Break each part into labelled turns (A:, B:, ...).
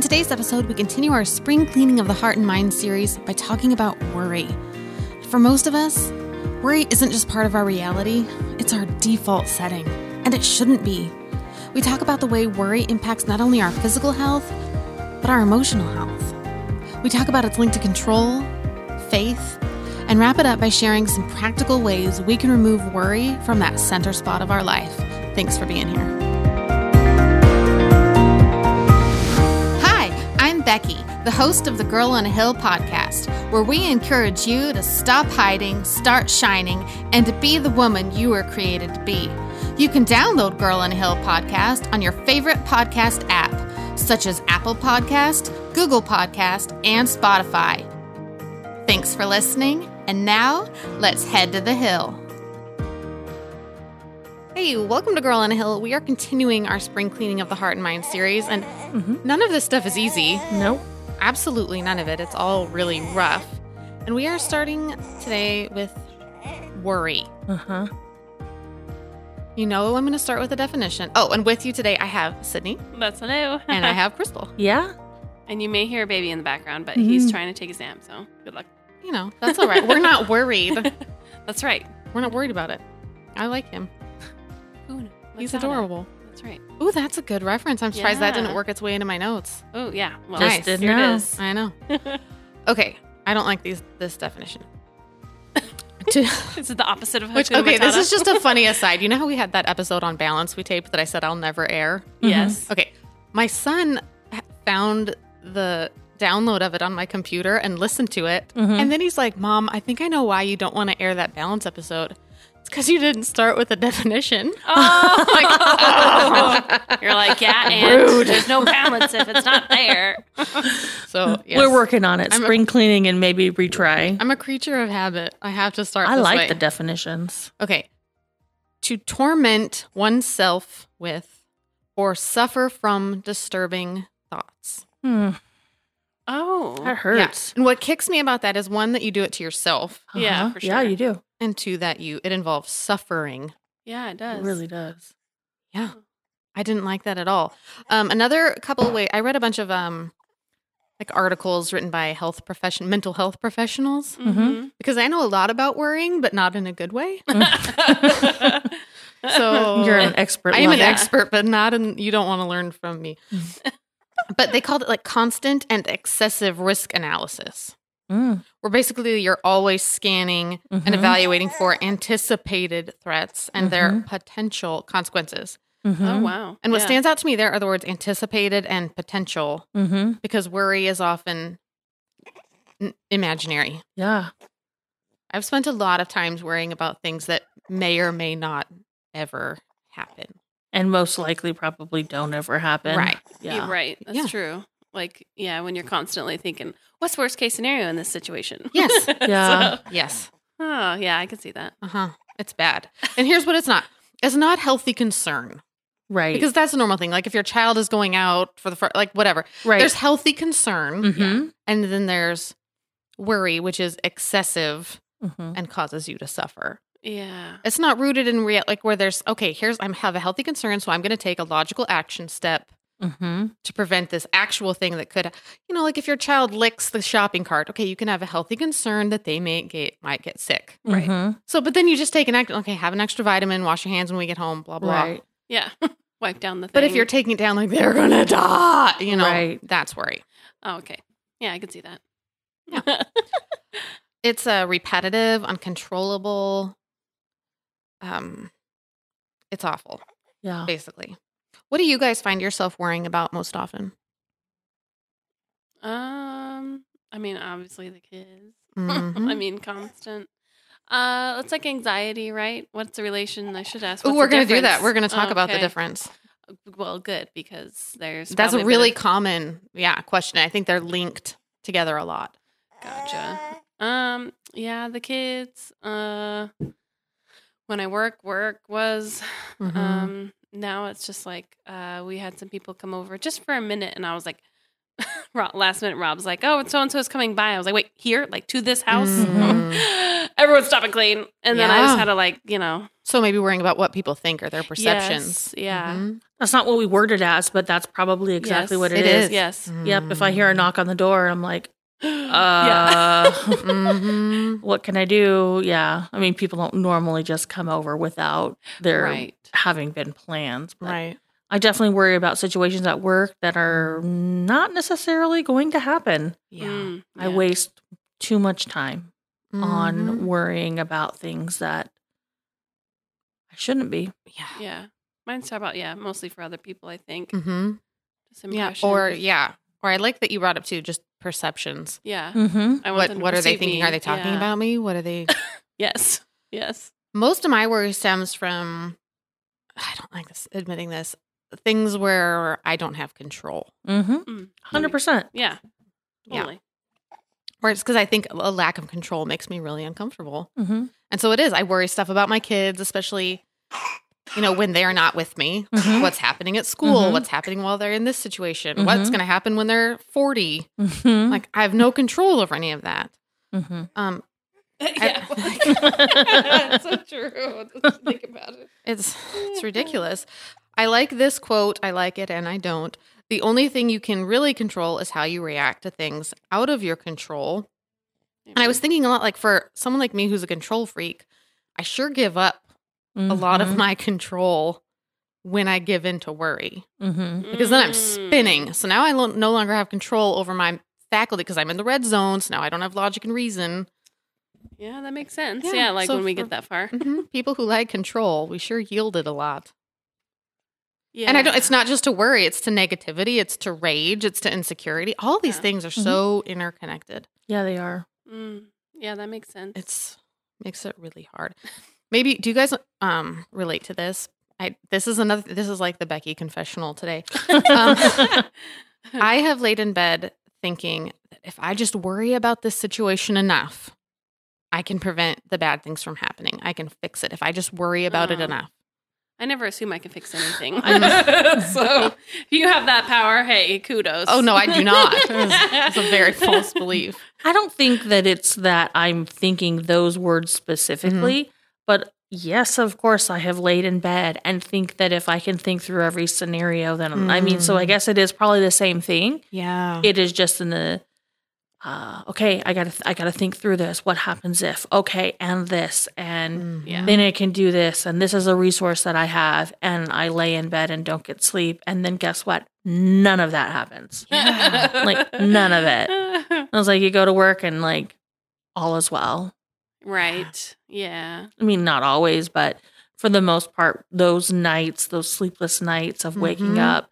A: today's episode, we continue our spring cleaning of the heart and mind series by talking about worry. For most of us, worry isn't just part of our reality, it's our default setting, and it shouldn't be. We talk about the way worry impacts not only our physical health, but our emotional health. We talk about its link to control, faith, and wrap it up by sharing some practical ways we can remove worry from that center spot of our life. Thanks for being here. Hi, I'm Becky, the host of the Girl on a Hill podcast, where we encourage you to stop hiding, start shining, and to be the woman you were created to be. You can download Girl on a Hill podcast on your favorite podcast app, such as Apple Podcast, Google Podcast, and Spotify. Thanks for listening, and now let's head to the hill. Hey, welcome to Girl on a Hill. We are continuing our spring cleaning of the heart and mind series, and none of this stuff is easy.
B: Nope.
A: Absolutely none of it. It's all really rough. And we are starting today with worry.
B: Uh huh.
A: You know, I'm going to start with a definition. Oh, and with you today, I have Sydney
C: That's hello.
A: and I have Crystal.
B: Yeah.
C: and you may hear a baby in the background, but
B: Mhm.
A: Mm-hmm.
C: he's trying to take his nap, so good luck.
A: You know, that's all right. We're not worried.
C: That's right.
A: We're not worried about it. I like him.
C: Una,
A: He's
C: matata.
A: adorable.
C: That's right.
A: Ooh, that's a good reference. I'm surprised that
C: Yeah.
A: didn't work its way into my notes.
C: Oh yeah. Well,
A: Just
C: here
B: didn't know.
C: it is.
A: I know. okay, I don't like these this definition. To-
C: This is the opposite of
A: which
C: hakuna
A: okay, this
C: matata.
A: is just a funny aside. You know how we had that episode on balance we taped that I said I'll never air.
C: yes.
A: Okay, my son ha- found the download of it on my computer and listened to it,
B: Mm-hmm.
A: and then he's like, "Mom, I think I know why you don't want to air that balance episode. It's because you didn't start with a definition."
C: Oh,
A: Mm-hmm.
C: like, you're like yeah, and there's no balance if it's not there.
A: So yes.
B: We're working on it.
A: I'm a-
B: Spring cleaning and maybe retry.
A: I'm a creature of habit. I have to start.
B: i
A: this
B: like
A: way.
B: the definitions.
A: Okay. To torment oneself with or suffer from disturbing thoughts.
B: Hmm. That
C: Oh,
B: hurts.
A: And what kicks me about that is one, that you do it to yourself,
C: Yeah,
B: Uh-huh.
C: for
B: Yeah,
C: sure.
B: you do.
A: and two, that you it involves suffering.
C: yeah, it
B: It
C: does.
B: really does.
A: Yeah. I didn't like that at all. Um, another couple way I read a bunch of um like articles written by health profession mental health professionals
C: Mhm.
A: because I know a lot about worrying, but not in a good way. So
B: You're an expert.
A: I am an
B: level.
C: Yeah.
A: expert, but not in you don't want to learn from me. but they called it like constant and excessive risk analysis.
B: Mm.
A: Where basically you're always scanning and
B: Mhm.
A: evaluating for anticipated threats and their
B: Mm-hmm.
A: potential consequences.
C: oh
B: Mhm.
C: wow.
A: Mm-hmm. And what
C: Yeah.
A: stands out to me there are the words anticipated and potential
B: Mhm.
A: because worry is often n- imaginary.
B: Yeah.
A: I've spent a lot of times worrying about things that may or may not ever happen.
B: And most likely, probably don't ever happen.
A: Right.
B: Yeah.
C: You're right. That's
A: Yeah.
C: true. Like yeah, when you're constantly thinking, what's worst case scenario in this situation?
A: Yes.
B: Yeah.
C: So-
A: yes.
C: oh yeah, I can see that.
A: Uh huh. It's bad. And here's what it's not it's not healthy concern
B: Right.
A: because that's a normal thing. Like if your child is going out for the first, like whatever,
B: right.
A: there's healthy concern.
B: Mhm.
A: And then there's worry, which is excessive
B: Mhm.
A: and causes you to suffer.
C: Yeah.
A: It's not rooted in real, like where there's, okay, here's, I am have a healthy concern. So I'm going to take a logical action step
B: Mhm.
A: to prevent this actual thing that could, you know, like if your child licks the shopping cart, okay, you can have a healthy concern that they may get, might get sick.
C: Right.
B: Mhm.
A: So, but then you just take an act. Okay, have an extra vitamin, wash your hands when we get home, blah blah.
B: Right.
C: Yeah. Wipe down the thing.
A: But if you're taking it down like they're gonna die, you know,
B: Right.
A: that's worry.
C: Oh, okay. Yeah, I can see that.
A: Yeah. It's uh, repetitive, uncontrollable. Um, it's awful,
B: Yeah.
A: basically. What do you guys find yourself worrying about most often?
C: um, I mean, obviously the kids.
A: Mhm.
C: I mean, constant. Uh, it's like anxiety, right? What's the relation? I should ask.
A: Ooh,
C: what's
A: we're
C: the
A: gonna do that.
C: difference?
A: We're gonna talk about the
C: Okay.
A: difference.
C: Well, good because there's
A: That's
C: probably
A: a
C: been
A: really common, yeah, question. I think they're linked together a lot.
C: Gotcha. Um, yeah, the kids. Uh, when I work, work was.
A: Mhm.
C: Um, now it's just like uh, we had some people come over just for a minute, and I was like, Rob, last minute, Rob's like, "Oh, so and so is coming by." I was like, "Wait, here, like to this house?"
A: Mhm.
C: everyone stop and clean. And then I just
A: Yeah.
C: had to like, you know,
A: So maybe worrying about what people think or their perceptions.
C: yes, yeah.
A: Mhm.
B: That's not what we worded as, but that's probably exactly
C: Yes,
B: what
A: it
B: it is.
A: is. Mm-hmm. Mm.
C: Yes.
B: Yep. If I hear a knock on the door, I'm like, uh,
A: Mhm.
B: what can I do? Yeah. I mean, people don't normally just come over without their
C: right.
B: having been planned. but
A: Right.
B: I definitely worry about situations at work that are not necessarily going to happen.
A: Mm-hmm. Yeah.
C: Mm,
B: I
C: yeah.
B: waste too much time
A: Mhm.
B: on worrying about things that I shouldn't be.
A: Yeah.
C: Yeah. Mine's talk about yeah, mostly for other people. I think.
A: Mm-hmm.
C: Just
A: Yeah.
C: impression.
A: Or yeah. Or I like that you brought up too, just perceptions.
C: yeah.
B: Mm-hmm.
C: I want
A: Mm, What
C: them to
A: What are they
C: perceive
A: thinking?
C: me.
A: Are they talking
C: Yeah.
A: about me? What are they?
C: Yes. Yes.
A: Most of my worry stems from. I don't like this, admitting this. Things where I don't have control,
B: Mm-hmm.
C: Mm.
B: Hundred percent.
C: Yeah.
A: Yeah.
C: Totally.
A: or it's because I think a lack of control makes me really uncomfortable.
B: Mm-hmm.
A: And so it is. I worry stuff about my kids, especially, you know, when they're not with me.
C: Mm-hmm.
B: Mhm.
A: What's happening at school?
B: Mhm.
A: What's happening while they're in this situation? What's
C: Mm-hmm.
B: Mhm.
A: going to happen when they're 40?
B: Mm-hmm.
A: Like, I have no control over any of that. Um,
B: mm-hmm.
C: so true. Just think about it.
A: it's it's ridiculous. I like this quote. I like it and I don't. The only thing you can really control is how you react to things out of your control. And
C: Mm-hmm.
A: I was thinking a lot like for someone like me who's a control freak, I sure give up a lot
B: Mm-hmm.
A: of my control when I give in to worry.
B: Mm-hmm.
A: because then I'm
C: Mm.
A: spinning. So now I lo- no longer have control over my faculty because I'm in the red zone. So now I don't have logic and reason.
C: Yeah, that makes sense.
A: Yeah,
C: Yeah, like
A: so
C: when we
A: for-
C: get that far.
A: Mhm. People who like control, we sure yielded a lot.
C: Yeah.
A: Mm. And I don't. It's not just to worry. It's to negativity. It's to rage. It's to insecurity. All these
C: Yeah. Mm-hmm.
A: things are so interconnected.
B: Yeah, they are.
C: Mm. Yeah, that makes sense.
A: It's makes it really hard. Maybe do you guys um relate to this? I this is another. This is like the Becky confessional today. Um, I have laid in bed thinking that if I just worry about this situation enough, I can prevent the bad things from happening. I can fix it if I just worry about it
C: Oh.
A: enough.
C: I never assume I can fix anything.
B: I
C: so if you have that power, hey, kudos.
A: Oh no, I do not. It's a very false belief.
B: I don't think that it's that I'm thinking those words specifically, but yes, of course, I have laid in bed and think that if I can think through every scenario, then I mean, so I
A: Mm.
B: guess it is probably the same thing.
A: Yeah.
B: It is just in the uh, okay, I gotta, I gotta think through this. What happens if? Okay, and this, and
A: Mm-hmm.
C: Yeah.
B: then I can do this, and this is a resource that I have, and I lay in bed and don't get sleep, and then guess what? None of that happens.
A: Yeah.
B: Like, none of
C: it.
B: I was like, you go to work and like all is well.
C: Right. Yeah.
B: I mean, not always, but for the most part, those nights, those sleepless nights of waking
A: Mhm.
B: up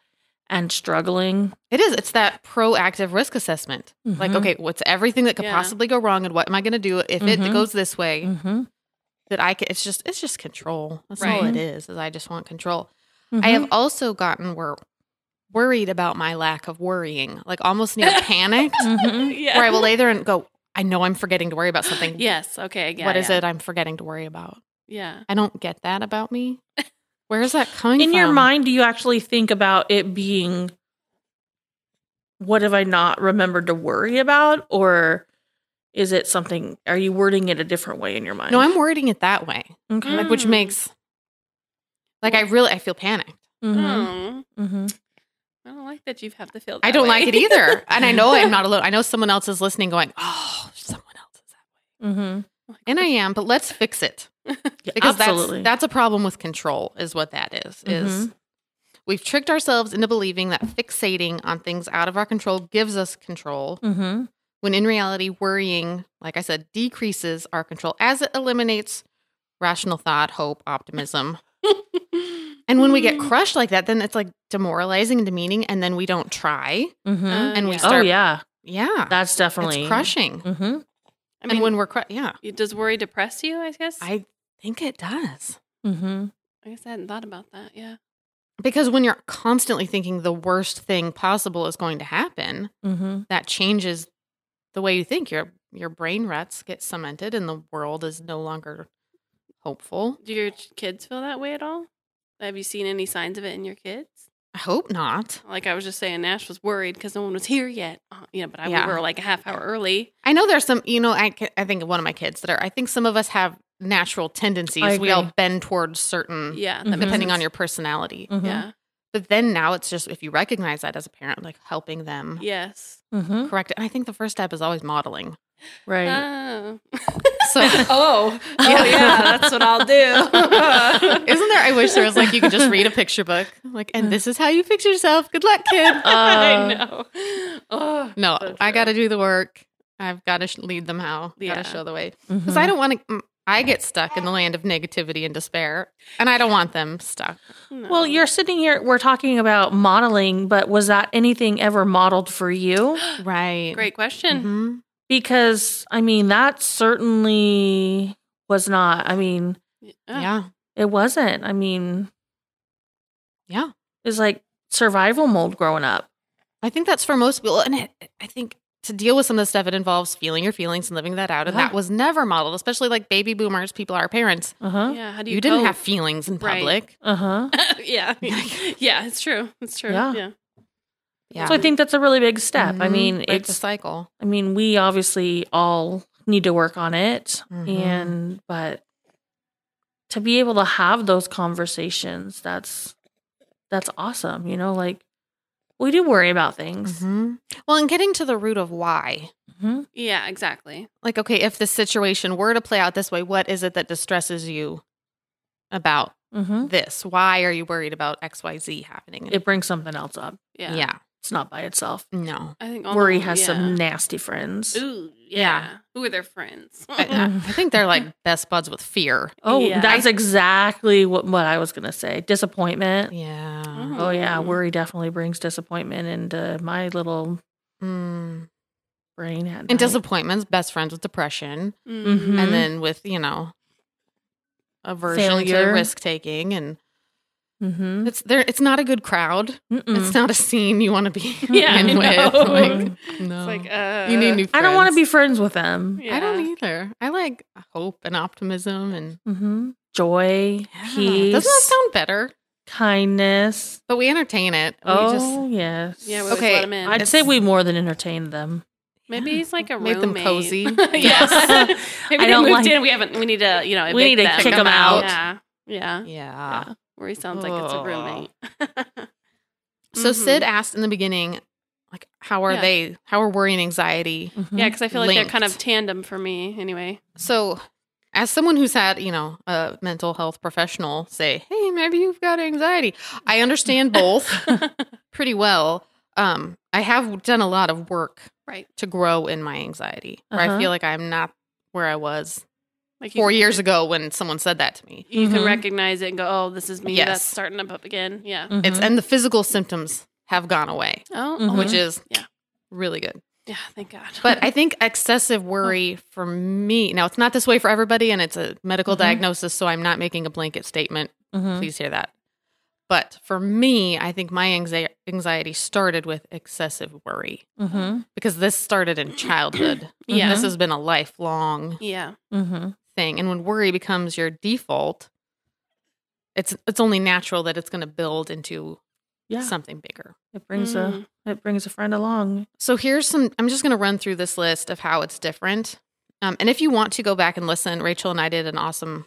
B: and struggling.
A: It is. It's that proactive risk assessment. Like,
B: Mhm.
A: okay, what's everything that could
C: Mm-hmm. Yeah. Mm-hmm.
A: possibly go wrong, and what am I going to do if it
B: Mhm.
A: goes this way?
B: Mhm.
A: Mm-hmm. That I can. It's just. It's just control. That's all
B: Right.
A: it is. Is I just want control. I
C: Mm-hmm.
A: have
B: Mhm.
A: also gotten wor- worried about my lack of worrying, like almost near panicked,
B: Mhm.
C: Yeah.
A: where I will lay there and go, I know I'm forgetting to worry about something.
C: Yes. Okay. I get
A: What is
C: yeah.
A: it I'm forgetting to worry about?
C: Yeah.
A: I don't get that about me. Where is that coming
B: In
A: from?
B: your mind, do you actually think about it being what have I not remembered to worry about? Or is it something, are you wording it a different way in your mind?
A: No, I'm wording it that way,
B: Okay.
A: like which
C: Mm.
A: makes, like I really I feel panicked.
B: Mhm.
C: Oh,
A: hmm.
B: Mhm.
C: I don't like that you have to feel. That
A: I don't like
C: way.
A: it either, and I know I'm not alone. I know someone else is listening, going, "Oh, someone else is that
B: Mhm.
A: way," and I am. But let's fix it.
B: Yeah,
A: because
B: Absolutely.
A: that's that's a problem with control is what that is, is we've tricked ourselves into believing that fixating on things out of our control gives us control
B: Mhm.
A: when in reality worrying like i said decreases our control as it eliminates rational thought hope optimism and when we
C: Mm.
A: get crushed like that then it's like demoralizing and demeaning and then we don't try
B: Mhm.
A: and we
C: yeah.
B: Oh,
A: uh, start-
B: yeah.
A: yeah
B: That's definitely
A: it's crushing
B: Mm-hmm.
C: I mean,
A: and when we're cru- yeah
C: when does worry depress you? I guess. I,
A: i think it does
B: Mm-hmm.
C: guess I hadn't thought about that. Yeah.
A: because when you're constantly thinking the worst thing possible is going to happen
B: Mm-hmm.
A: that changes the way you think. Your your brain ruts get cemented, and the world is no longer hopeful.
C: Do your ch- kids feel that way at all? Have you seen any signs of it in your kids?
A: I hope not.
C: Like I was just saying, Nash was worried because no one was here yet. Uh, yeah, but I,
A: Yeah.
C: we were like a half hour early.
A: I know there's some, you know, I, ca- I think of one of my kids that are, I think some of us have natural
B: I
A: tendencies. We
B: agree.
A: all bend towards certain,
C: Yeah,
B: Mhm.
C: that makes
A: depending on
C: sense.
A: your personality.
B: Mhm.
C: yeah,
A: But then now it's just, if you recognize that as a parent, like helping them
C: yes.
B: Mhm.
A: correct it. And I think the first step is always modeling.
B: Right.
C: Oh.
A: So, isn't
C: oh,
A: Yeah.
C: oh yeah, that's what I'll do.
A: there, I wish there was like, you could just read a picture book, like, and this is how you fix yourself. Good luck, kid.
B: Uh,
C: I know. Oh,
A: No,
C: so
A: I
C: true.
A: got to do the work. I've got to sh- lead them how, got
C: Yeah.
A: to show the way. Because
B: mhm.
A: I don't want to, I get stuck in the land of negativity and despair, and I don't want them stuck.
B: Well, you're sitting here, we're talking about modeling, but was that anything ever modeled for you?
A: Right.
C: great question.
A: Mhm.
B: Because, I mean, that certainly was not. I mean,
A: Yeah.
B: it wasn't. I mean,
A: Yeah.
B: it was like survival mold growing up.
A: I think that's for most people. And I, I think to deal with some of the stuff, it involves feeling your feelings and living that out. And
B: Yeah.
A: that was never modeled, especially like baby boomers, people our parents.
B: Uh huh.
C: oh, Yeah, how do
A: You,
C: you?
A: didn't
C: cope?
A: have feelings in
C: Right.
A: public.
B: Uh huh.
C: yeah, yeah, it's true. It's true.
B: Yeah.
C: Yeah.
A: Yeah.
B: So I think that's a really big step. I
A: Mhm.
B: mean,
A: Break the
B: it's,
A: cycle.
B: I mean, we obviously all need to work on it.
C: Mm-hmm.
A: Mhm.
B: And, but to be able to have those conversations, that's, that's awesome. You know, like we do worry about things.
A: Mhm. Well, and getting to the root of why.
B: hmm
C: Yeah, exactly.
A: Like, okay, if the situation were to play out this way, what is it that distresses you about
C: Mm-hmm.
B: hmm
A: this? Why are you worried about XYZ happening?
B: It brings something else up.
C: Yeah.
A: yeah.
B: It's not by itself.
A: No.
C: I think all
B: Worry
C: of them-
B: has
C: Oh, yeah.
B: some nasty friends.
C: Ooh, yeah. Who are their friends?
A: I, I- I think they're like best buds with fear.
B: Oh,
C: Yeah.
B: that's exactly what, what I was going to say. Disappointment.
A: Yeah.
B: Oh, yeah.
C: Mm.
B: Worry definitely brings disappointment into my little
A: Mm.
B: brain. At
A: and
B: night.
A: disappointments best friends with depression
C: Mm-hmm.
B: Mhm.
A: and then with you know aversion to
B: Failure.
A: risk taking and
B: Mhm.
A: it's there it's not a good crowd
B: Mm-mm.
A: it's not a scene you want to be
C: Yeah,
A: in
C: I
A: with
C: know.
A: like
C: It's
A: no
C: like uh,
A: you need new friends.
B: I don't want to be friends with them.
A: i don't
C: yeah.
A: either i like hope and optimism and
B: hmm Joy,
A: Yeah.
B: peace,
A: doesn't that sound better
B: kindness.
A: but we entertain it we
B: oh,
A: just
B: yes.
C: Yeah, we
A: Okay,
C: okay. let them in.
B: I'd
A: it's-
B: say we more than entertained them.
C: Maybe he's like a
A: Made them
C: roommate.
A: cozy.
C: yes. Maybe
B: I
C: they
B: don't
C: moved
B: like-
C: in. We haven't. We need to. You know,
B: We need to
C: evict them.
A: kick 'em out.
C: Yeah. Yeah.
A: yeah
C: Where he sounds like it's a
A: Oh.
C: roommate.
A: so
C: Mhm.
A: sid asked in the beginning like how are
C: Yeah.
A: they how are worry and anxiety
B: Mhm.
C: Yeah, because I feel like they're kind of
A: Linked.
C: tandem for me anyway.
A: So, as someone who's had, you know, a mental health professional say, "Hey, maybe you've got anxiety." I understand both pretty well. Um, I have done a lot of work
C: right.
A: to grow in my anxiety, where I
B: Uh-huh.
A: feel like I'm not where I was
C: Like you
A: four
C: can-
A: years ago when someone said that to me.
C: You
B: Mhm.
C: can recognize it and go, "Oh, this is me.
A: Yes.
C: That's starting up up again." Yeah.
B: Mhm.
A: It's and the physical symptoms have gone away,
C: Oh,
B: Mhm.
C: oh
A: which is
C: Yeah.
A: really good.
C: yeah. Thank God.
A: But I think excessive worry for me now it's not this way for everybody, and it's a medical
C: Mm-hmm.
B: Mhm.
A: diagnosis, so I'm not making a blanket statement.
B: Mhm.
A: Please hear that. But for me, I think my anxi- anxiety started with excessive worry
B: Mhm.
A: because this started in childhood.
C: Yeah.
A: This has been a lifelong
C: yeah.
B: Mhm.
A: thing. And when worry becomes your default, it's it's only natural that it's going to build into
B: Yeah,
A: something bigger.
B: it brings
A: Mm.
B: a it brings a friend along.
A: So here's some I'm just going to run through this list of how it's different. Um, and if you want to go back and listen, Rachel and I did an awesome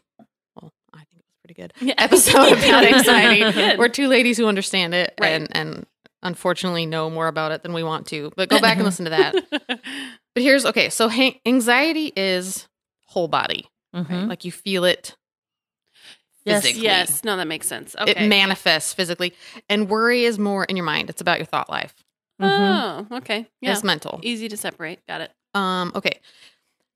A: well, I think it was pretty good.
C: Mm. Yeah.
A: episode about anxiety.
C: Good.
A: We're two ladies who understand it
C: Right.
A: and and unfortunately know more about it than we want to. But go back and listen to that. But here's okay. So hang- anxiety is whole body,
B: Mhm.
A: like you feel it.
B: Yes,
A: Physically.
C: yes. No, that makes sense. Okay.
A: It manifests physically, and worry is more in your mind. It's about your thought life.
B: Mhm.
A: Mm-hmm.
C: Oh, okay. Yeah.
A: It's mental.
C: Easy to separate. Got it.
A: Um, okay.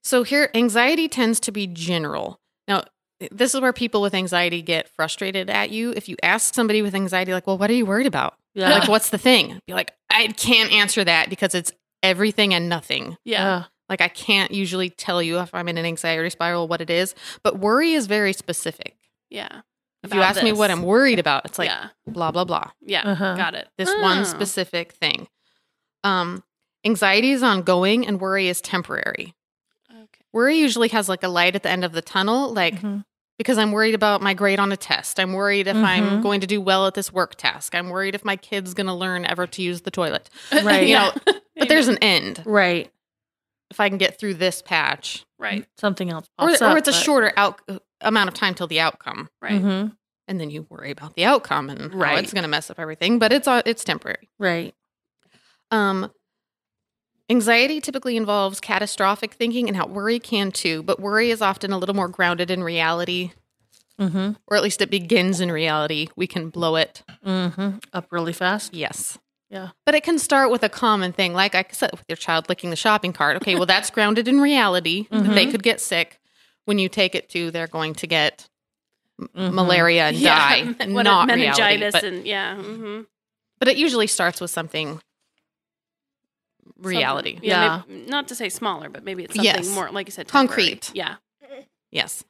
A: So here, anxiety tends to be general. Now, this is where people with anxiety get frustrated at you. If you ask somebody with anxiety, like, "Well, what are you worried about?"
B: Yeah.
A: Like, what's the thing? Be like, I can't answer that because it's everything and nothing.
C: Yeah.
B: uh-huh.
A: Like, I can't usually tell you if I'm in an anxiety spiral what it is, but worry is very specific.
C: Yeah.
A: If you
C: About
A: ask me what
C: this.
A: I'm worried about, it's like
C: yeah.
A: blah, blah, blah.
C: Yeah.
B: Uh-huh.
C: Got it.
A: This
C: Oh.
A: one specific thing. Um, anxiety is ongoing and worry is temporary.
C: Okay.
A: Worry usually has like a light at the end of the tunnel, like
B: Mhm.
A: because I'm worried about my grade on a test. I'm worried if I'm
B: Mhm.
A: going to do well at this work task. I'm worried if my kid's going to learn ever to use the toilet.
B: Right.
A: You
C: Yeah.
A: know, but there's an end.
B: Right.
A: If I can get through this patch,
C: right,
B: Something else
A: or,
B: pops up.
A: or it's a shorter out, uh, amount of time till the outcome.
C: right.
B: hmm
A: And then you worry about the outcome and how
B: Right.
A: it's going to mess up everything, but it's uh, it's temporary.
B: Right.
A: Um, anxiety typically involves catastrophic thinking and how worry can too, but worry is often a little more grounded in reality,
B: hmm
A: or at least it begins in reality. We can blow it.
B: hmm Up really fast.
A: Yes.
B: Yeah.
A: But it can start with a common thing, like I said, with your child licking the shopping cart. Okay, well, that's grounded in reality. that They
C: Mm-hmm.
A: could get sick. When you take it to, they're going to get
B: Mhm.
A: malaria and die.
C: men- Mm-hmm. what a
A: Not
C: meningitis
A: reality, but,
C: and yeah, mhm.
A: but it usually starts with something reality.
C: Something-
B: Yeah.
C: maybe- not to say smaller, but maybe it's something
A: Yes.
C: more, like you said,
A: Concrete.
C: temporary. Yeah,
A: Yes.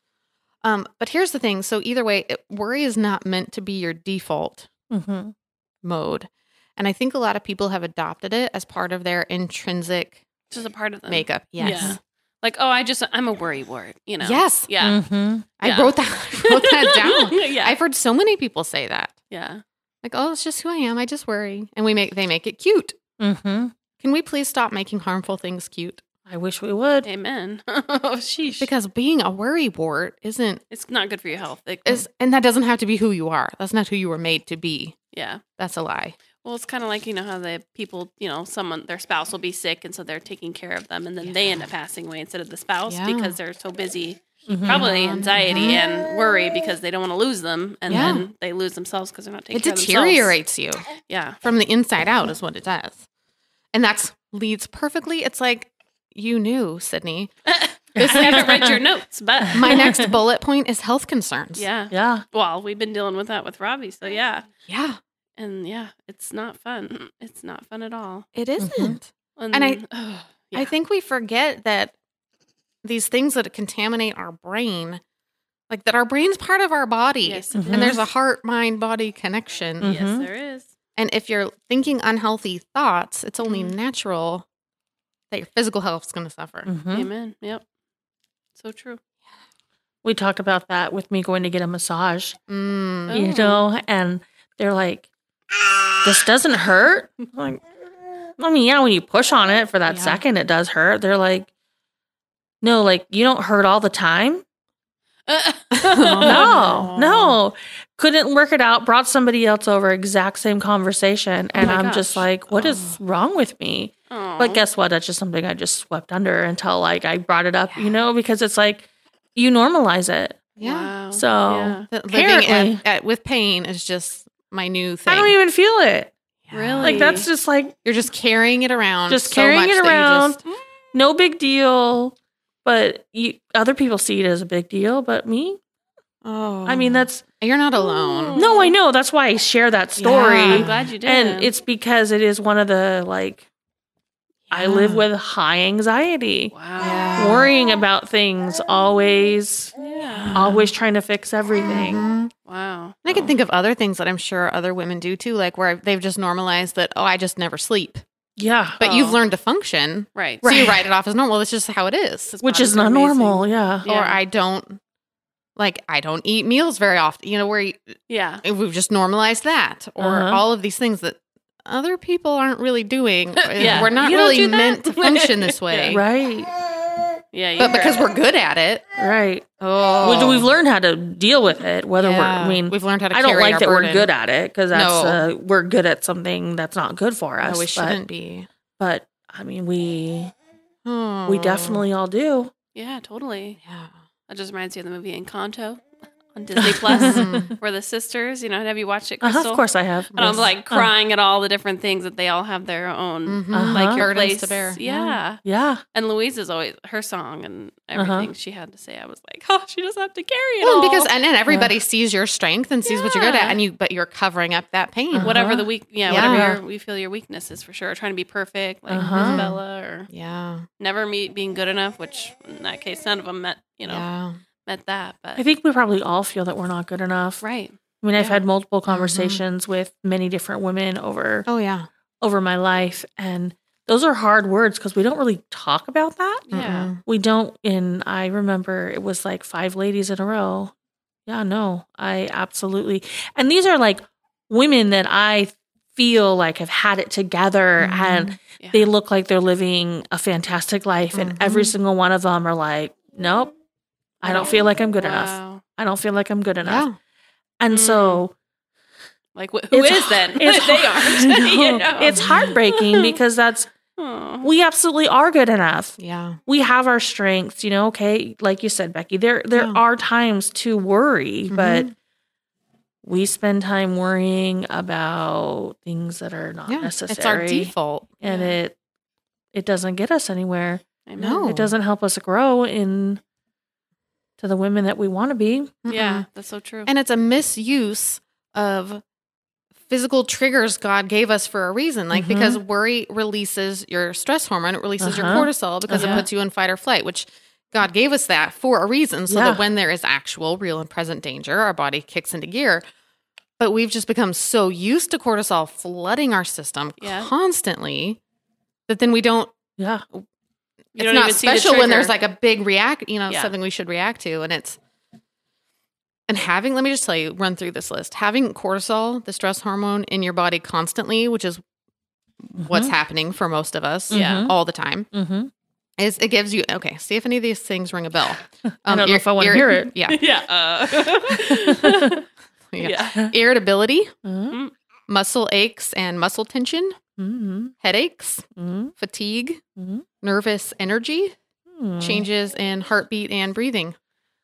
A: Um, but here's the thing. So either way, it, worry is not meant to be your default
B: Mhm.
A: mode, and I think a lot of people have adopted it as part of their intrinsic
C: it's just a part of them.
A: makeup. Yes.
C: Yeah. Like, oh, I just I'm a worry wart. You know.
A: Yes. Mm.
C: Yeah.
B: Mhm.
A: I
C: Yeah.
A: wrote that. I wrote that down.
C: yeah.
A: I've heard so many people say that.
C: yeah.
A: Like, oh, it's just who I am. I just worry, and we make they make it cute.
B: Mhm.
A: Can we please stop making harmful things cute?
B: I wish we would.
C: Amen. oh, sheesh.
A: Because being a worry wart isn't
C: it's not good for your health. It-
A: is, and that doesn't have to be who you are. That's not who you were made to be.
C: yeah.
A: That's a lie.
C: Well, it's kind of like you know how the people, you know, someone their spouse will be sick, and so they're taking care of them, and then they end up passing away instead of the spouse
A: Yeah.
C: because they're so busy,
B: Mhm.
C: probably
A: Mhm.
C: anxiety and worry because they don't want to lose them, and
A: Yeah.
C: then they lose themselves because they're not taking.
A: it
C: care of
A: deteriorates you.
C: Themselves. Yeah.
A: from the inside out is what it does. And that's leads perfectly. It's like you knew, Sydney. This next,
C: I haven't read your notes, but
A: my next bullet point is health concerns.
C: yeah.
B: Yeah.
C: Well, we've been dealing with that with Robbie, so yeah,
A: Yeah.
C: and yeah, it's not fun. It's not fun at all.
A: It isn't.
C: and
A: I-
C: ugh,
A: I
C: yeah.
A: think we forget that these things that contaminate our brain, like that our brain's part of our body.
C: yes,
B: Mhm.
A: And there's a Mm-hmm. heart mind body connection.
B: Mm.
C: yes,
B: Mhm.
C: there is.
A: And if you're thinking unhealthy thoughts, it's only
C: Mhm.
A: natural that your physical health is going to suffer.
B: Mhm.
C: Amen. Yep. So true.
B: We talked about that with me going to get a massage,
A: Mm.
B: you
C: Oh.
B: know, and they're like, this doesn't hurt. I'm like, I mean, yeah, when you push on it for that
A: Yeah.
B: second, it does hurt. They're like, no, like you don't hurt all the time. No,
A: Oh.
B: no. Couldn't work it out. Brought somebody else over, exact same conversation. And
C: Oh my
B: I'm just
C: gosh. Oh.
B: like, what is wrong with me? But
C: Aw.
B: guess what? That's just something I just swept under until like I brought it up, you know, because it's like you normalize it.
A: Yeah.
C: Wow.
B: So
C: Yeah.
A: That living at,
B: Apparently.
A: at, with pain is just my new thing.
B: I don't even feel it.
C: Really?
B: Like that's just like
A: You're just carrying it around.
B: just
A: so
B: carrying
A: much
B: it
A: that you
B: around.
A: just-
B: no big deal. But you, other people see it as a big deal. But me,
A: oh,
B: I mean, that's Mm.
A: you're not alone.
B: no, I know. That's why I share that story.
A: Yeah.
C: I'm glad you did.
B: And it's because it is one of the like I live
A: Yeah.
B: with high anxiety,
C: wow.
B: worrying about things, always
C: Yeah.
B: always trying to fix everything.
A: Mhm. And
C: Wow.
A: I can think of other things that I'm sure other women do too, like where they've just normalized that oh, I just never sleep,
B: Yeah.
A: but you've
C: Oh.
A: learned to function,
C: Right.
A: so you
B: Right.
A: write it off as normal. That's just how it is.
C: His
B: Which
C: bodies
B: is
C: are
B: not
C: amazing.
B: normal, yeah.
C: Yeah.
A: Or I don't like I don't eat meals very often. You know where you,
C: Yeah.
A: we've just normalized that, or
B: Uh-huh.
A: all of these things that other people aren't really doing.
C: Yeah.
A: We're not
C: You don't
A: really
C: do that?
A: meant to function this way.
B: Right.
C: Yeah.
A: But
C: you're
A: because
C: right.
A: we're good at it,
B: Right.
A: oh,
B: Well, we've learned how to deal with it, whether
A: Yeah.
B: we're I mean
A: we've learned how to.
B: I don't
A: carry
B: like
A: our
B: that
A: burden.
B: we're good at it because that's
A: No.
B: uh, we're good at something that's not good for us.
A: No, Oh, we
B: but-
A: shouldn't be.
B: but I mean we
A: Oh.
B: we definitely all do.
C: yeah, totally.
A: Yeah.
C: That just reminds me of the movie Encanto on Disney Plus,
A: Mhm.
C: where the sisters, you know, have you watched it,
B: Uh-huh,
C: Crystal?
B: of course I have.
C: And I'm
B: Yes.
C: like
B: Uh,
C: crying at all the different things that they all have their own,
A: Mhm.
B: Uh-huh.
C: like your
A: Burdens
C: place
A: to bear.
C: Yeah.
B: yeah.
C: And Louisa's always her song and
B: Uh-huh.
C: everything she had to say. I was like, oh, she doesn't have to carry it
A: Well,
C: all.
A: and because and then everybody sees your strength and sees what you're good at,
C: Yeah.
A: and you but you're covering up that pain.
B: Uh-huh.
C: whatever the weak, yeah,
A: Yeah.
C: whatever your, we feel your weakness is for sure. Trying to be perfect, like
B: Uh-huh.
C: Isabella, or
A: Yeah.
C: never meet being good enough, which in that case, none of them met, you know,
A: Yeah.
C: met that. But
B: I think we probably all feel that we're not good enough.
C: right,
B: I mean, I've
C: Yeah.
B: had multiple
A: Mm-hmm.
B: conversations with many different women over
A: Oh yeah.
B: over my life and those are hard words because we don't really talk
A: Mm-hmm.
B: about that.
C: yeah,
A: Mm-mm.
B: We don't and I remember it was like five ladies in a row Yeah, no, I absolutely. And these are like women that I feel like have had it together
A: Mhm.
B: and
C: Mm-hmm. Yeah.
B: they look like they're living a fantastic life. And every
A: Mhm.
C: Mm-hmm.
B: single one of them are like, nope, I don't feel like I'm good enough.
C: Wow.
B: I don't feel like I'm good enough.
A: Yeah.
B: And so
C: Like wh- who
B: It's
C: is
B: h-
C: then?
B: it's
C: they
B: hard-
C: aren't.
B: I
C: you
B: know.
C: know? Oh,
B: It's heartbreaking because that's,
C: Aw.
B: we absolutely are good enough.
A: Yeah.
B: we have our strengths, you know, okay, like you said, Becky, there there
A: Yeah. Mm-hmm.
B: are times to worry, but we spend time worrying about things that are not
A: Yeah, it's our
B: necessary.
D: It's our default.
B: And
C: Yeah.
B: it it doesn't get us anywhere.
C: I
A: No.
C: know.
B: It doesn't help us grow in to the women that we want to be.
C: Yeah, that's so true.
A: And it's a misuse of physical triggers God gave us for a reason. Like
B: Mhm.
A: because worry releases your stress hormone, it releases
B: Uh-huh.
A: your cortisol because
B: Uh-huh.
A: it puts you in fight or flight, which God gave us that for a reason so
B: Yeah.
A: that when there is actual real and present danger, our body kicks into gear. But we've just become so used to cortisol flooding our system
C: Yeah.
A: constantly that then we don't
B: Yeah.
C: you
A: it's
C: don't
A: not
C: even see the
A: special when there's
C: trigger.
A: like a big react, you know,
C: Yeah.
A: something we should react to. And it's, and having, let me just tell you, run through this list. Having cortisol, the stress hormone in your body constantly, which is what's happening for most of us
B: Mm-hmm. Yeah.
A: all the time,
B: Mm-hmm.
A: is it gives you, okay, see if any of these things ring a bell. Um,
B: I don't know
A: ir-
B: if I want to
A: ir-
B: hear it.
A: Yeah,
C: yeah. Uh,
A: yeah.
C: yeah.
A: Irritability,
B: Mm-hmm.
A: muscle aches and muscle tension, headaches,
B: Mm-hmm.
A: fatigue,
B: Mhm.
A: nervous energy,
B: Mm-hmm. Mm.
A: changes in heartbeat and breathing.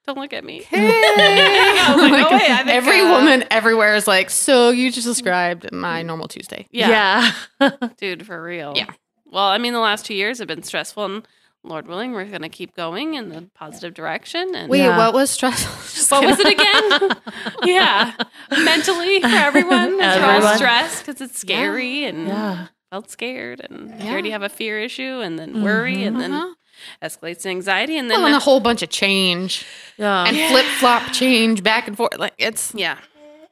C: Don't look at me.
A: I
C: was like, "Oh, wait, I think,
A: every
C: uh,
A: woman everywhere is like, so you just described my normal Tuesday.
C: Yeah.
B: Yeah.
C: Dude, for real.
A: Yeah.
C: Well, I mean, the last two years have been stressful, and Lord willing, we're going to keep going in the positive direction. And
A: Wait,
B: Yeah.
A: what was stressful? Just
C: what was
A: kidding.
C: it again? yeah. Mentally, for everyone, it's all
B: Everyone.
C: stressed because it's scary and
B: yeah.
C: felt scared, and you
A: Yeah.
C: already have a fear issue, and then worry, and then
A: Uh-huh.
C: escalates to anxiety, and then
A: Well, and a whole bunch of change
B: Yeah.
A: and flip flop change back and forth. Like it's
C: yeah,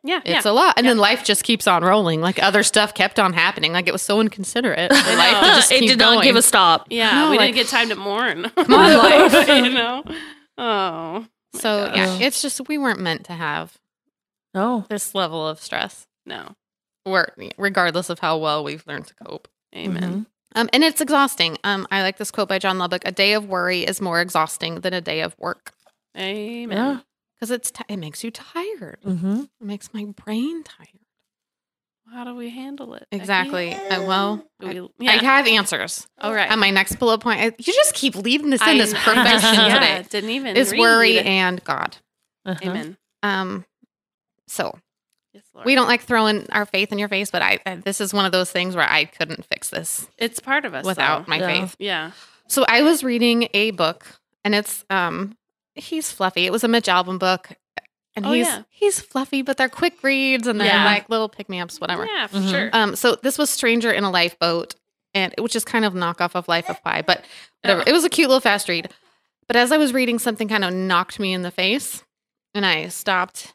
C: yeah, yeah.
A: it's a lot, and then life just keeps on rolling. Like other stuff kept on happening. Like it was so inconsiderate. for life to just
B: it
A: keep
B: did not
A: going.
B: give a stop.
C: yeah,
A: No,
C: we
A: like-
C: didn't get time to mourn.
A: on, life.
C: you know. Oh
A: So
C: gosh.
A: yeah, it's just we weren't meant to have
B: No.
A: this level of stress.
C: no,
A: We're, regardless of how well we've learned to cope.
C: amen.
A: Um, and it's exhausting. Um, I like this quote by John Lubbock: "A day of worry is more exhausting than a day of work
C: Amen.
B: Yeah.
A: because it's ti it makes you tired.
B: Mm-hmm.
A: It makes my brain tired.
C: How do we handle it? Becky?
A: Exactly. I, well,
C: Do we,
A: I, I
C: yeah.
A: have answers.
C: All right.
A: And my next bullet point: I, you just keep leaving this in this
C: I-
A: perfection
C: yeah,
A: today.
C: Didn't even
A: Is
C: read.
A: worry and God.
B: Uh-huh.
C: Amen.
A: Um, so
C: Yes, Lord.
A: we don't like throwing our faith in your face, but I, I this is one of those things where I couldn't fix this
C: It's part of us
A: without
C: though.
A: my
B: Yeah.
A: faith.
C: Yeah.
A: So I was reading a book and it's um he's fluffy. It was a Mitch Album book. And
C: Oh,
A: he's
C: yeah.
A: he's fluffy, but they're quick reads and they're
C: Yeah.
A: like little pick me ups, whatever.
C: Yeah, for
B: Mhm.
C: sure.
A: Um so this was Stranger in a Lifeboat and which is kind of knockoff of Life of Pi, but whatever.
C: Oh.
A: It was a cute little fast read. But as I was reading, something kind of knocked me in the face and I stopped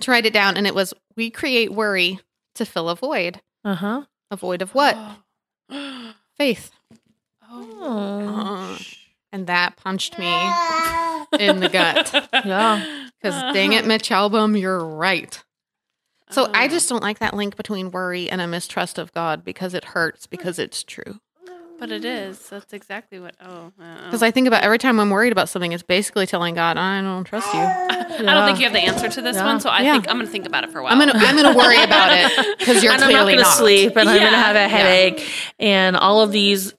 A: to write it down and it was we create worry to fill a void.
B: Uh huh.
A: A void of what?
C: Uh, Oh.
A: Faith. Hmm.
B: Oh.
A: And that punched me in the gut.
B: Yeah.
A: Because dang it, Mitch Album, you're right. So I
B: Uh.
C: Oh.
A: just don't like that link between worry and a mistrust of God because it hurts because it's true.
C: But it is. That's exactly what. Oh.
B: Uh.
A: Because I think about every time I'm worried about something, it's basically telling God, I don't trust you.
C: I don't think you have the answer to this
B: Yeah.
C: one, so I
A: uh, Yeah.
C: think I'm gonna think about it for a while.
A: I'm gonna I'm gonna worry about it because you're
B: and I'm not
A: clearly
B: going to sleep, and I'm going to
C: Yeah.
B: have a headache, and all of these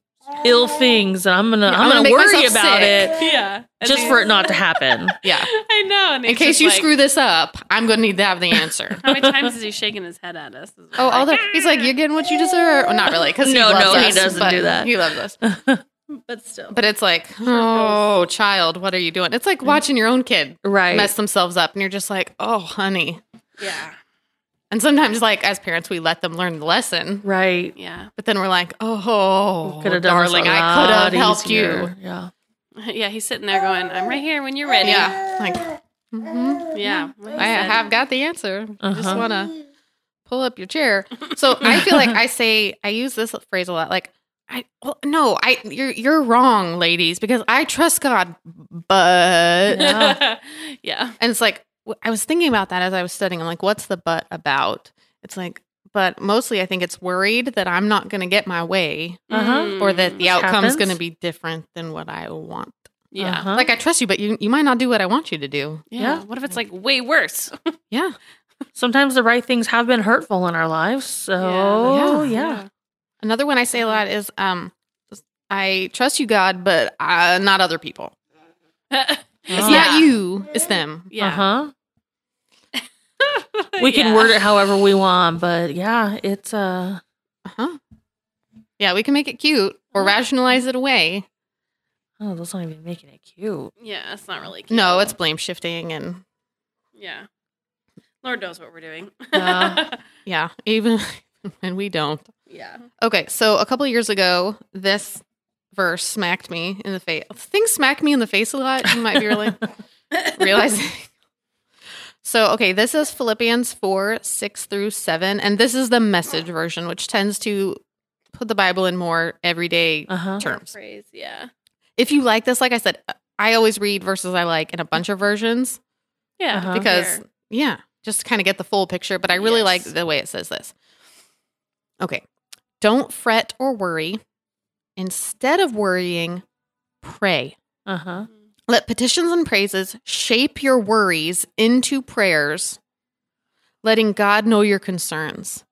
B: ill things, and I'm going to
A: Yeah,
B: I'm
A: I'm
B: going to
A: gonna make
B: worry
A: myself
B: about
A: sick.
B: it
C: yeah. And
B: just
C: then-
B: for it not to happen.
A: Yeah.
C: I know. And
A: In
C: he's
A: case
C: just
A: you
C: like-
A: screw this up, I'm gonna need to have the answer.
C: How many times is he shaking his head at us?
A: Oh, all the he's like, you're getting what you deserve. Well, not really, because he
B: No,
A: loves
B: no, he
A: us,
B: doesn't
A: but
B: do that.
A: He loves us,
C: But still.
A: but it's like, oh, child, what are you doing? It's like watching your own kid
B: Mm. right.
A: mess themselves up, and you're just like, oh, honey,
C: Yeah.
A: And sometimes, like as parents, we let them learn the lesson,
B: Right.
C: Yeah.
A: but then we're like, "Oh,
B: Could have done
A: darling,
B: this a
A: I could have
B: lot
A: helped
B: easier. Yeah.
C: Yeah. He's sitting there going, "I'm right here when you're
A: you."
C: ready."
A: Yeah, like mhm.
C: Yeah. what he
A: I
C: said.
A: have got the answer. I Just
B: Uh-huh.
A: want to pull up your chair. So I feel like I say I use this phrase a lot. Like I, well, no, I you're you're wrong, ladies, because I trust God, but
B: Yeah.
C: yeah.
A: and it's like w- I was thinking about that as I was studying. I'm like, what's the but about? It's like, but mostly I think it's worried that I'm not going to get my way
B: Uh-huh.
A: or that
C: Mm,
A: the outcome's
B: happens.
A: going to be different than what I want.
C: yeah.
B: Uh-huh.
A: Like I trust you, but you you might not do what I want you to do.
C: yeah,
B: Yeah.
C: What if it's like way worse?
A: Yeah.
B: sometimes the right things have been hurtful in our lives. So yeah,
A: Oh, Yeah. Another one I say a lot is um I trust you God, but uh, not other people.
C: yeah.
A: It's
B: Oh.
A: not you, it's them.
C: Yeah.
B: uh-huh. We can
C: Yeah.
B: word it however we want, but yeah, it's uh
A: Uh-huh. Yeah, we can make it cute or rationalize it away.
B: oh, that's not even making it cute.
C: Yeah, it's not really. Cute.
A: No, it's blame shifting and
C: Yeah. Lord knows what we're doing.
B: Yeah.
A: yeah, even when we don't.
C: yeah.
A: Okay, so a couple years ago, this verse smacked me in the face. Things smack me in the face a lot. You might be really realizing. So, okay, this is Philippians 4 6 through 7, and this is the message version, which tends to put the Bible in more everyday
B: Uh-huh.
A: terms.
C: Phrase. Yeah.
A: If you like this, like I said, I always read verses I like in a bunch of versions
C: Yeah.
B: Uh-huh.
A: because,
C: fair.
A: yeah, just to kind of get the full picture, but I really
C: Yes.
A: like the way it says this. Okay, don't fret or worry. Instead of worrying, pray.
B: Uh-huh.
A: Let petitions and praises shape your worries into prayers, letting God know your concerns.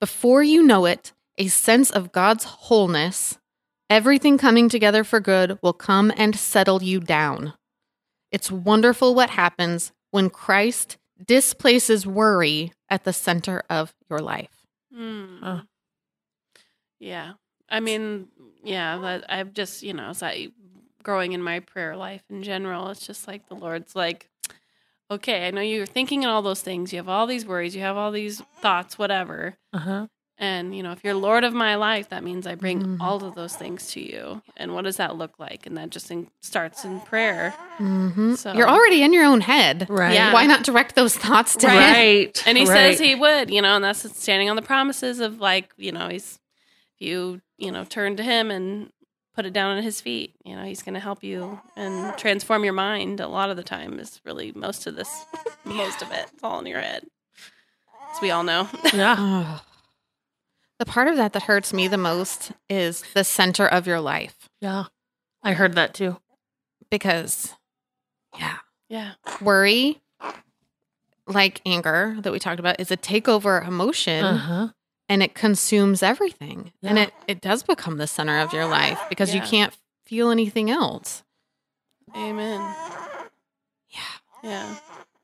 A: Before you know it, a sense of God's wholeness, everything coming together for good, will come and settle you down. It's wonderful what happens when Christ displaces worry at the center of your life.
C: Mm.
B: Oh.
C: Yeah. I mean, yeah, but I've just, you know, as I growing in my prayer life in general, it's just like the Lord's like, okay, I know you're thinking all those things. You have all these worries. You have all these thoughts, whatever.
B: Uh-huh.
C: And, you know, if you're Lord of my life, that means I bring
A: Mhm.
C: all of those things to you. And what does that look like? And that just in, starts in prayer.
A: Mhm.
C: So-
A: You're already in your own head.
B: Mm-hmm. Right.
C: Yeah.
A: Why not direct those thoughts to Him?
B: Right.
C: And he
B: Right.
C: says he would, you know, and that's standing on the promises of like, you know, he's if you, you know, turn to him and put it down at his feet. You know, he's going to help you and transform your mind. A lot of the time is really most of this, most of it, it's all in your head, as we all know.
B: Yeah.
A: Ugh. the part of that that hurts me the most is the center of your life
B: Yeah. I heard that too.
A: because, yeah,
C: yeah,
A: worry, like anger that we talked about, is a takeover emotion
B: Uh-huh.
A: and it consumes everything. And
B: Yeah.
A: it, it does become the center of your life because you
C: Yeah.
A: can't feel anything else.
C: amen.
A: Yeah.
C: Yeah,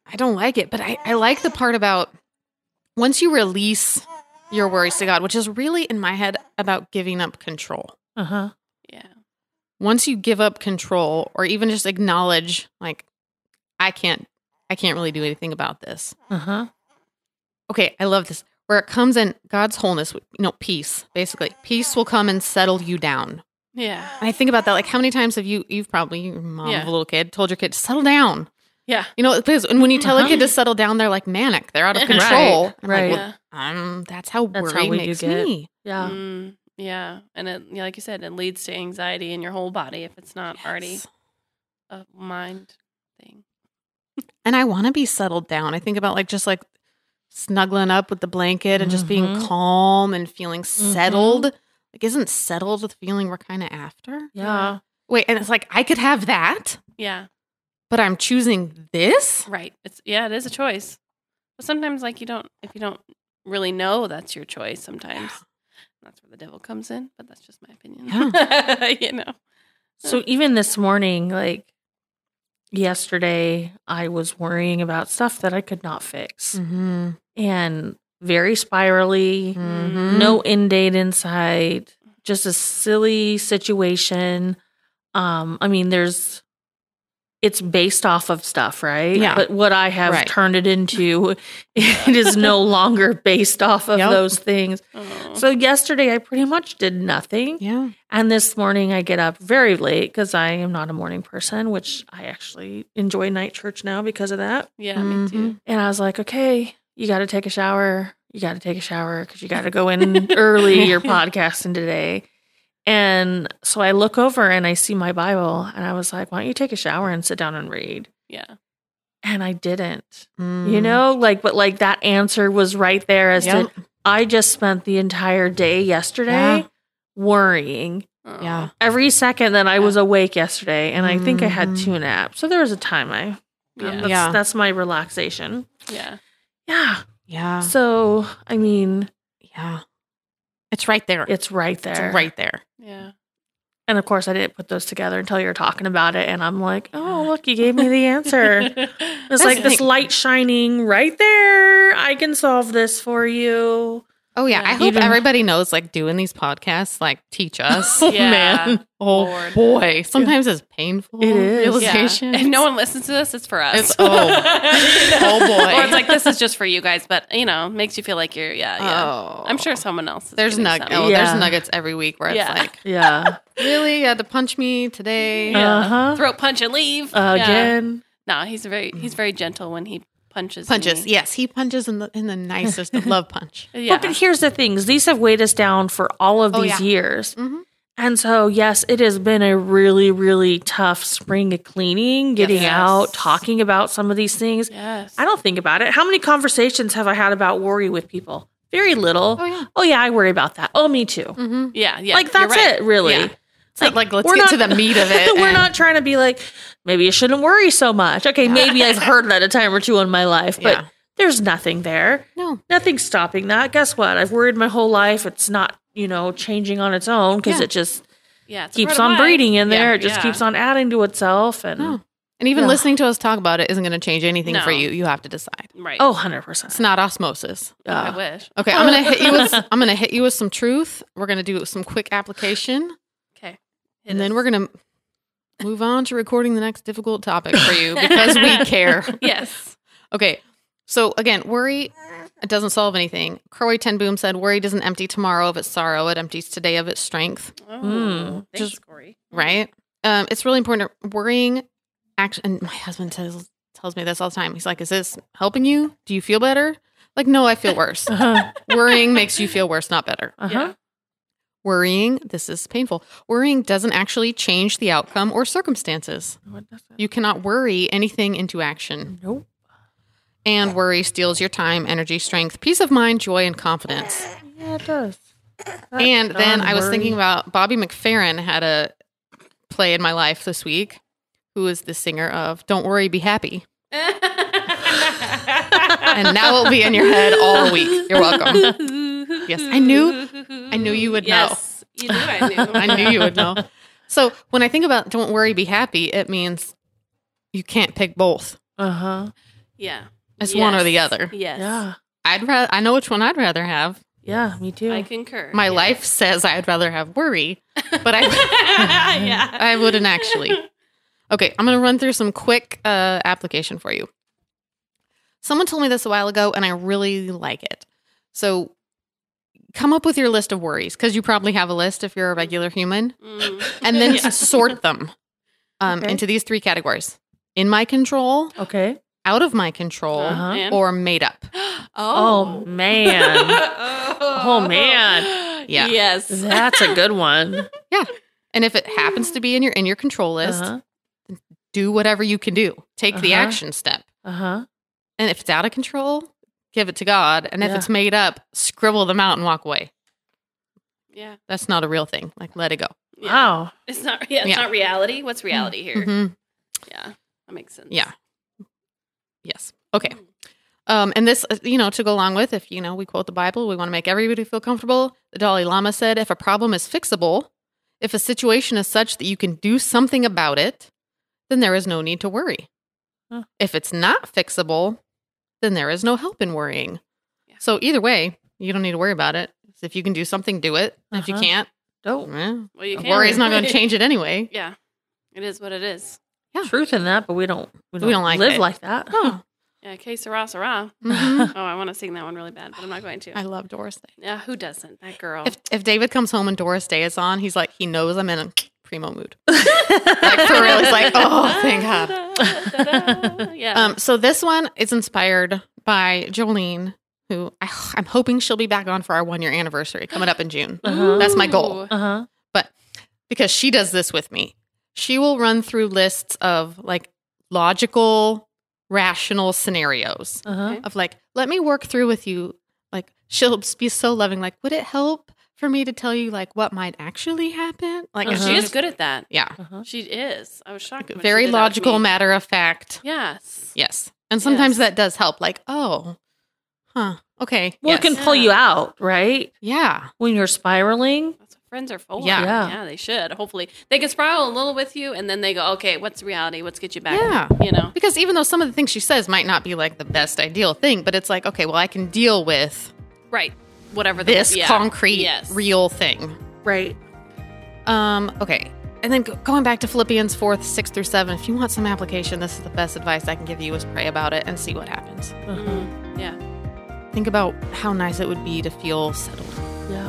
A: I don't like it, but I, I like the part about once you release your worries to God, which is really in my head about giving up control.
B: Uh-huh.
C: yeah,
A: once you give up control or even just acknowledge like i can't i can't really do anything about this
B: Uh-huh.
A: okay i love this where it comes in god's wholeness you know peace basically peace will come and settle you down
C: yeah,
A: and i think about that like how many times have you you've probably your mom
C: Yeah.
A: of a little kid told your kid settle down
C: yeah,
A: you know because and when you tell a
B: Uh-huh.
A: kid to settle down they're like manic they're out of
C: Right,
A: control I'm
B: right.
A: like,
C: yeah.
A: well, um that's how
B: That's
A: worry
B: how we do
A: makes
B: get-
A: me
B: Yeah.
C: Mm, yeah, and it, yeah, like you said, it leads to anxiety in your whole body if it's not already
A: Yes.
C: a mind thing.
A: and I want to be settled down. I think about like just like snuggling up with the blanket and just being
B: Mhm.
A: calm and feeling settled.
B: Mm-hmm.
A: Like, isn't settled the feeling we're kind of after?
B: Yeah.
A: Wait, and it's like I could have that,
C: Yeah.
A: but I'm choosing this.
C: Right. It's yeah, it is a choice. But sometimes like you don't if you don't really know that's your choice sometimes. That's where the devil comes in, but that's just my opinion. you know.
B: So even this morning, like yesterday, I was worrying about stuff that I could not fix
A: Mm-hmm.
B: and very spirally,
A: Mm-hmm.
B: no end date in sight, just a silly situation. Um, I mean, there's it's based off of stuff, right?
A: Yeah.
B: But what I have
A: Right.
B: turned it into, it is no longer based off of
A: Yep. Mm-hmm.
B: those things.
C: Oh.
B: So yesterday, I pretty much did nothing.
A: Yeah.
B: And this morning I get up very late because I am not a morning person, which I actually enjoy night church now because of that.
C: yeah, me
A: Mhm.
C: too.
B: And I was like, okay, you got to take a shower. You got to take a shower because you got to go in early. You're podcasting today. And so I look over and I see my Bible and I was like, why don't you take a shower and sit down and read?
C: Yeah.
B: and I didn't.
A: Mm-hmm.
B: You know, like but like that answer was right there as
A: Mm. Yep.
B: to I just spent the entire day yesterday
A: Yeah.
B: worrying
C: Oh.
A: yeah.
B: every second that I was awake yesterday and I think I had
A: Mhm.
B: two naps. So there was a time I um,
C: Yeah.
B: that's,
A: Yeah.
B: that's my relaxation.
A: Um,
C: Yeah.
B: Yeah.
A: Yeah.
B: So I mean,
A: Yeah. It's right there.
B: it's right
A: It's
B: there.
A: right there.
C: Yeah.
B: And of course I didn't put those together until you were talking about it and I'm like, "Oh, look, you gave me the answer." It's
A: That's
B: like
A: the
B: this
A: thing.
B: light shining right there. I can solve this for you.
A: Oh yeah,
C: Yeah.
A: I hope
B: Even-
A: everybody knows like doing these podcasts like teach us.
C: Oh, man.
A: Man. Oh
C: Lord.
A: boy, sometimes it's painful.
B: It is.
A: realization.
C: If no one listens to this, it's for us.
A: It's- oh. Oh, boy.
C: Or it's like this is just for you guys, but you know, makes you feel like you're yeah, Uh, yeah.
A: Oh,
C: I'm sure someone else. Is
A: there's
C: getting
A: nuggets.
C: some.
A: Oh,
B: Yeah.
A: there's nuggets every week where it's
C: Yeah.
A: like,
B: Yeah.
A: really, you had to punch me today.
C: Yeah.
B: Uh-huh.
C: Throat punch and leave Yeah.
B: Again.
C: No, he's very he's very gentle when he punches.
A: Punches.
C: me.
A: Yes, he punches in the in the nicest of love punch.
C: Yeah.
B: But, but here's the thing: these have weighed us down for all of
A: Oh,
B: these
A: yeah.
B: years,
A: Mhm.
B: and so yes, it has been a really, really tough spring of cleaning, getting
A: Yes.
B: out, talking about some of these things.
C: yes.
B: I don't think about it. How many conversations have I had about worry with people? Very little.
A: Oh yeah.
B: Oh yeah, I worry about that. Oh, me too.
A: Mm-hmm.
C: Yeah. Yeah.
B: like that's it, really.
C: Yeah.
A: It's like, like let's
B: we're
A: get to the meat of it.
B: we're
A: and-
B: not trying to be like, maybe you shouldn't worry so much. Okay, maybe I've heard that a time or two in my life, but
A: Yeah.
B: there's nothing there.
A: No.
B: Nothing's stopping that. Guess what? I've worried my whole life. It's not, you know, changing on its own because
A: Yeah.
B: it just
C: Yeah. it's a
B: keeps
C: part of
B: on
C: life.
B: breeding in
A: Yeah,
B: there. it just
C: yeah.
B: keeps on adding to itself. And
A: No. And even
B: Yeah.
A: listening to us talk about it isn't going to change anything for
C: No.
A: you. You have to decide.
C: Right.
B: oh, 100%.
A: It's not osmosis.
C: I
B: Uh,
C: wish.
A: Okay, I'm gonna hit you with I'm gonna hit you with some truth. We're gonna do some quick application,
C: Okay.
A: and then we're gonna move on to recording the next difficult topic for you because we care.
C: yes.
A: Okay, so again, worry it doesn't solve anything. Croy Ten Boom said, "Worry doesn't empty tomorrow of its sorrow; it empties today of its strength."
C: Oh,
B: Mm.
C: thanks,
A: Just-
C: Corey.
A: Right? Um, it's really important. to- Worrying, action, and my husband tells tells me this all the time. He's like, "Is this helping you? Do you feel better?" Like, no, I feel worse.
B: Uh-huh.
A: Worrying makes you feel worse, not better.
B: Uh-huh.
C: Yeah.
A: Worrying, this is painful. Worrying doesn't actually change the outcome or circumstances.
B: What does that-
A: You cannot worry anything into action.
B: Nope.
A: And worry steals your time, energy, strength, peace of mind, joy, and confidence.
B: Yeah, it does. That
A: And then
B: darn
A: I was
B: worry.
A: thinking about Bobby McFerrin had a play in my life this week, who is the singer of Don't Worry, Be Happy. And that will be in your head all week. You're welcome.
C: yes,
A: I knew- I knew you would know.
C: yes, You knew I knew.
A: I knew you would know. So when I think about Don't Worry, Be Happy, it means you can't pick both.
B: Uh-huh.
C: Yeah.
A: It's one or the
C: Yes.
A: other.
C: Yes.
B: Yeah.
A: I'd rather I know which one I'd rather have.
B: Yeah, me too.
C: I concur.
A: My
C: Yeah.
A: life says I'd rather have worry, but I
C: yeah.
A: I wouldn't actually. Okay, I'm going to run through some quick uh, application for you. Someone told me this a while ago, and I really like it. So, come up with your list of worries because you probably have a list if you're a regular human,
C: Mm.
A: and then
C: Yeah.
A: sort them um,
B: Okay.
A: into these three categories: in my control,
B: okay.
A: out of my control,
B: Uh-huh.
C: And-
A: or made up.
B: Oh, man. Oh, man.
A: Yeah.
C: Yes.
B: That's a good one.
A: And if it happens to be in your in your control list,
B: Uh-huh.
A: do whatever you can do. Take the
B: Uh-huh.
A: action step.
B: Uh-huh.
A: And if it's out of control, give it to God. And if
B: Yeah.
A: it's made up, scribble them out and walk away.
C: yeah.
A: That's not a real thing. Like, let it go.
C: Yeah.
B: Wow.
C: It's not. Yeah. It's
A: Yeah.
C: not reality. What's reality here?
A: Mhm.
C: Yeah. That makes sense.
A: Yeah. Yes. Okay. Um, and this, uh, you know, to go along with, if, you know, we quote the Bible, we want to make everybody feel comfortable. The Dalai Lama said if a problem is fixable, if a situation is such that you can do something about it, then there is no need to worry.
B: Huh.
A: If it's not fixable, then there is no help in worrying.
C: Yeah.
A: So either way, you don't need to worry about it. If you can do something, do it. If you
B: Uh-huh.
A: can't,
B: Dope.
A: eh,
C: Well, you can't.
A: worry is not going to change it anyway.
C: Yeah. It is what it is.
A: Yeah.
B: truth in that, but we don't we don't,
A: don't like
B: live
A: it.
B: like that.
A: Oh,
C: Yeah. Que sera, sera.
A: mhm.
C: Oh, I want to sing that one really bad, but I'm not going to.
A: I love Doris Day.
C: yeah. Who doesn't? That girl.
A: If if David comes home and Doris Day is on, he's like, he knows I'm in a primo mood. like for real, he's like, oh, thank God.
C: God. yeah.
A: Um, so this one is inspired by Jolene, who I, I'm hoping she'll be back on for our one year anniversary coming up in June
B: Uh-huh.
A: that's my goal.
C: Ooh.
B: Uh-huh.
A: because she does this with me. She will run through lists of like logical rational scenarios
B: Uh-huh.
A: of like, let me work through with you. Like, she'll be so loving. Like, would it help for me to tell you like what might actually happen? Like,
C: And
A: it's
B: Uh-huh.
C: She is
A: just-
C: good at that.
A: Yeah,
B: Uh-huh.
C: She is. I was shocked. when she
A: very
C: did that with
A: logical,
C: me.
A: matter of fact.
C: Yes.
A: Yes, and sometimes
C: Yes.
A: that does help. Like, oh, huh, okay,
B: Well,
A: yes.
B: it can pull you out, right?
A: yeah,
B: When you're spiraling.
C: That's what friends are for.
A: Yeah.
B: Yeah.
C: Yeah, they should. Hopefully. They can spiral a little with you and then they go, okay, what's reality? What's get you back?
A: Yeah.
C: You know?
A: because even though some of the things she says might not be like the best ideal thing, but it's like, okay, well, I can deal with
C: Right. Whatever the,
A: this
C: yeah.
A: concrete,
C: Yes.
A: real thing.
B: Right.
A: Um, okay. And then go- going back to Philippians 4, 6 through 7, if you want some application, this is the best advice I can give you is pray about it and see what happens.
B: Uh-huh.
C: Mhm. Yeah.
A: Think about how nice it would be to feel settled.
B: Yeah.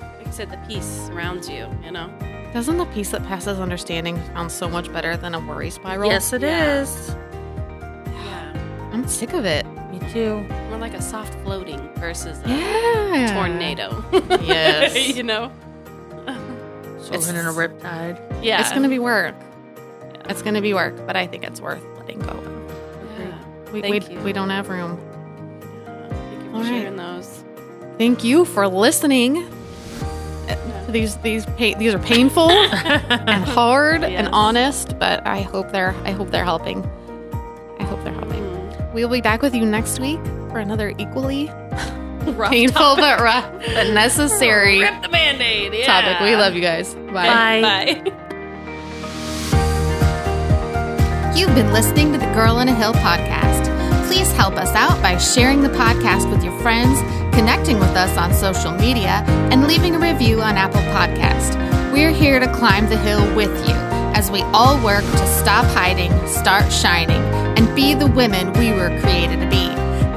C: Like I said, the peace surrounds you, you know?
A: Doesn't the peace that passes understanding sound so much better than a worry spiral?
B: Yes, it
C: Yeah.
B: is.
C: Yeah.
A: I'm sick of it.
B: Me too.
C: More like a soft floating versus a
A: Yeah.
C: tornado.
A: Yes.
C: you know?
B: Swimming in a riptide.
C: Yeah.
A: It's going to be work. It's going to be work, but I think it's worth letting go. of.
C: Yeah.
A: We,
C: Thank
A: we,
C: you.
A: we don't have room.
C: Thank you for
A: All right.
C: sharing those.
A: Thank you for listening. Uh, These these pa- these are painful and hard and
C: Yes.
A: honest, but I hope they're I hope they're helping. I hope they're helping.
C: Mm.
A: We'll be back with you next week for another equally
C: Rough
A: painful but rough but necessary
C: Rip the band aid. Yeah.
A: topic. We love you guys. Bye.
B: Bye.
C: Bye.
A: You've been listening to the Girl in a Hill podcast. Please help us out by sharing the podcast with your friends, connecting with us on social media, and leaving a review on Apple Podcast. We're here to climb the hill with you as we all work to stop hiding, start shining, and be the women we were created to be.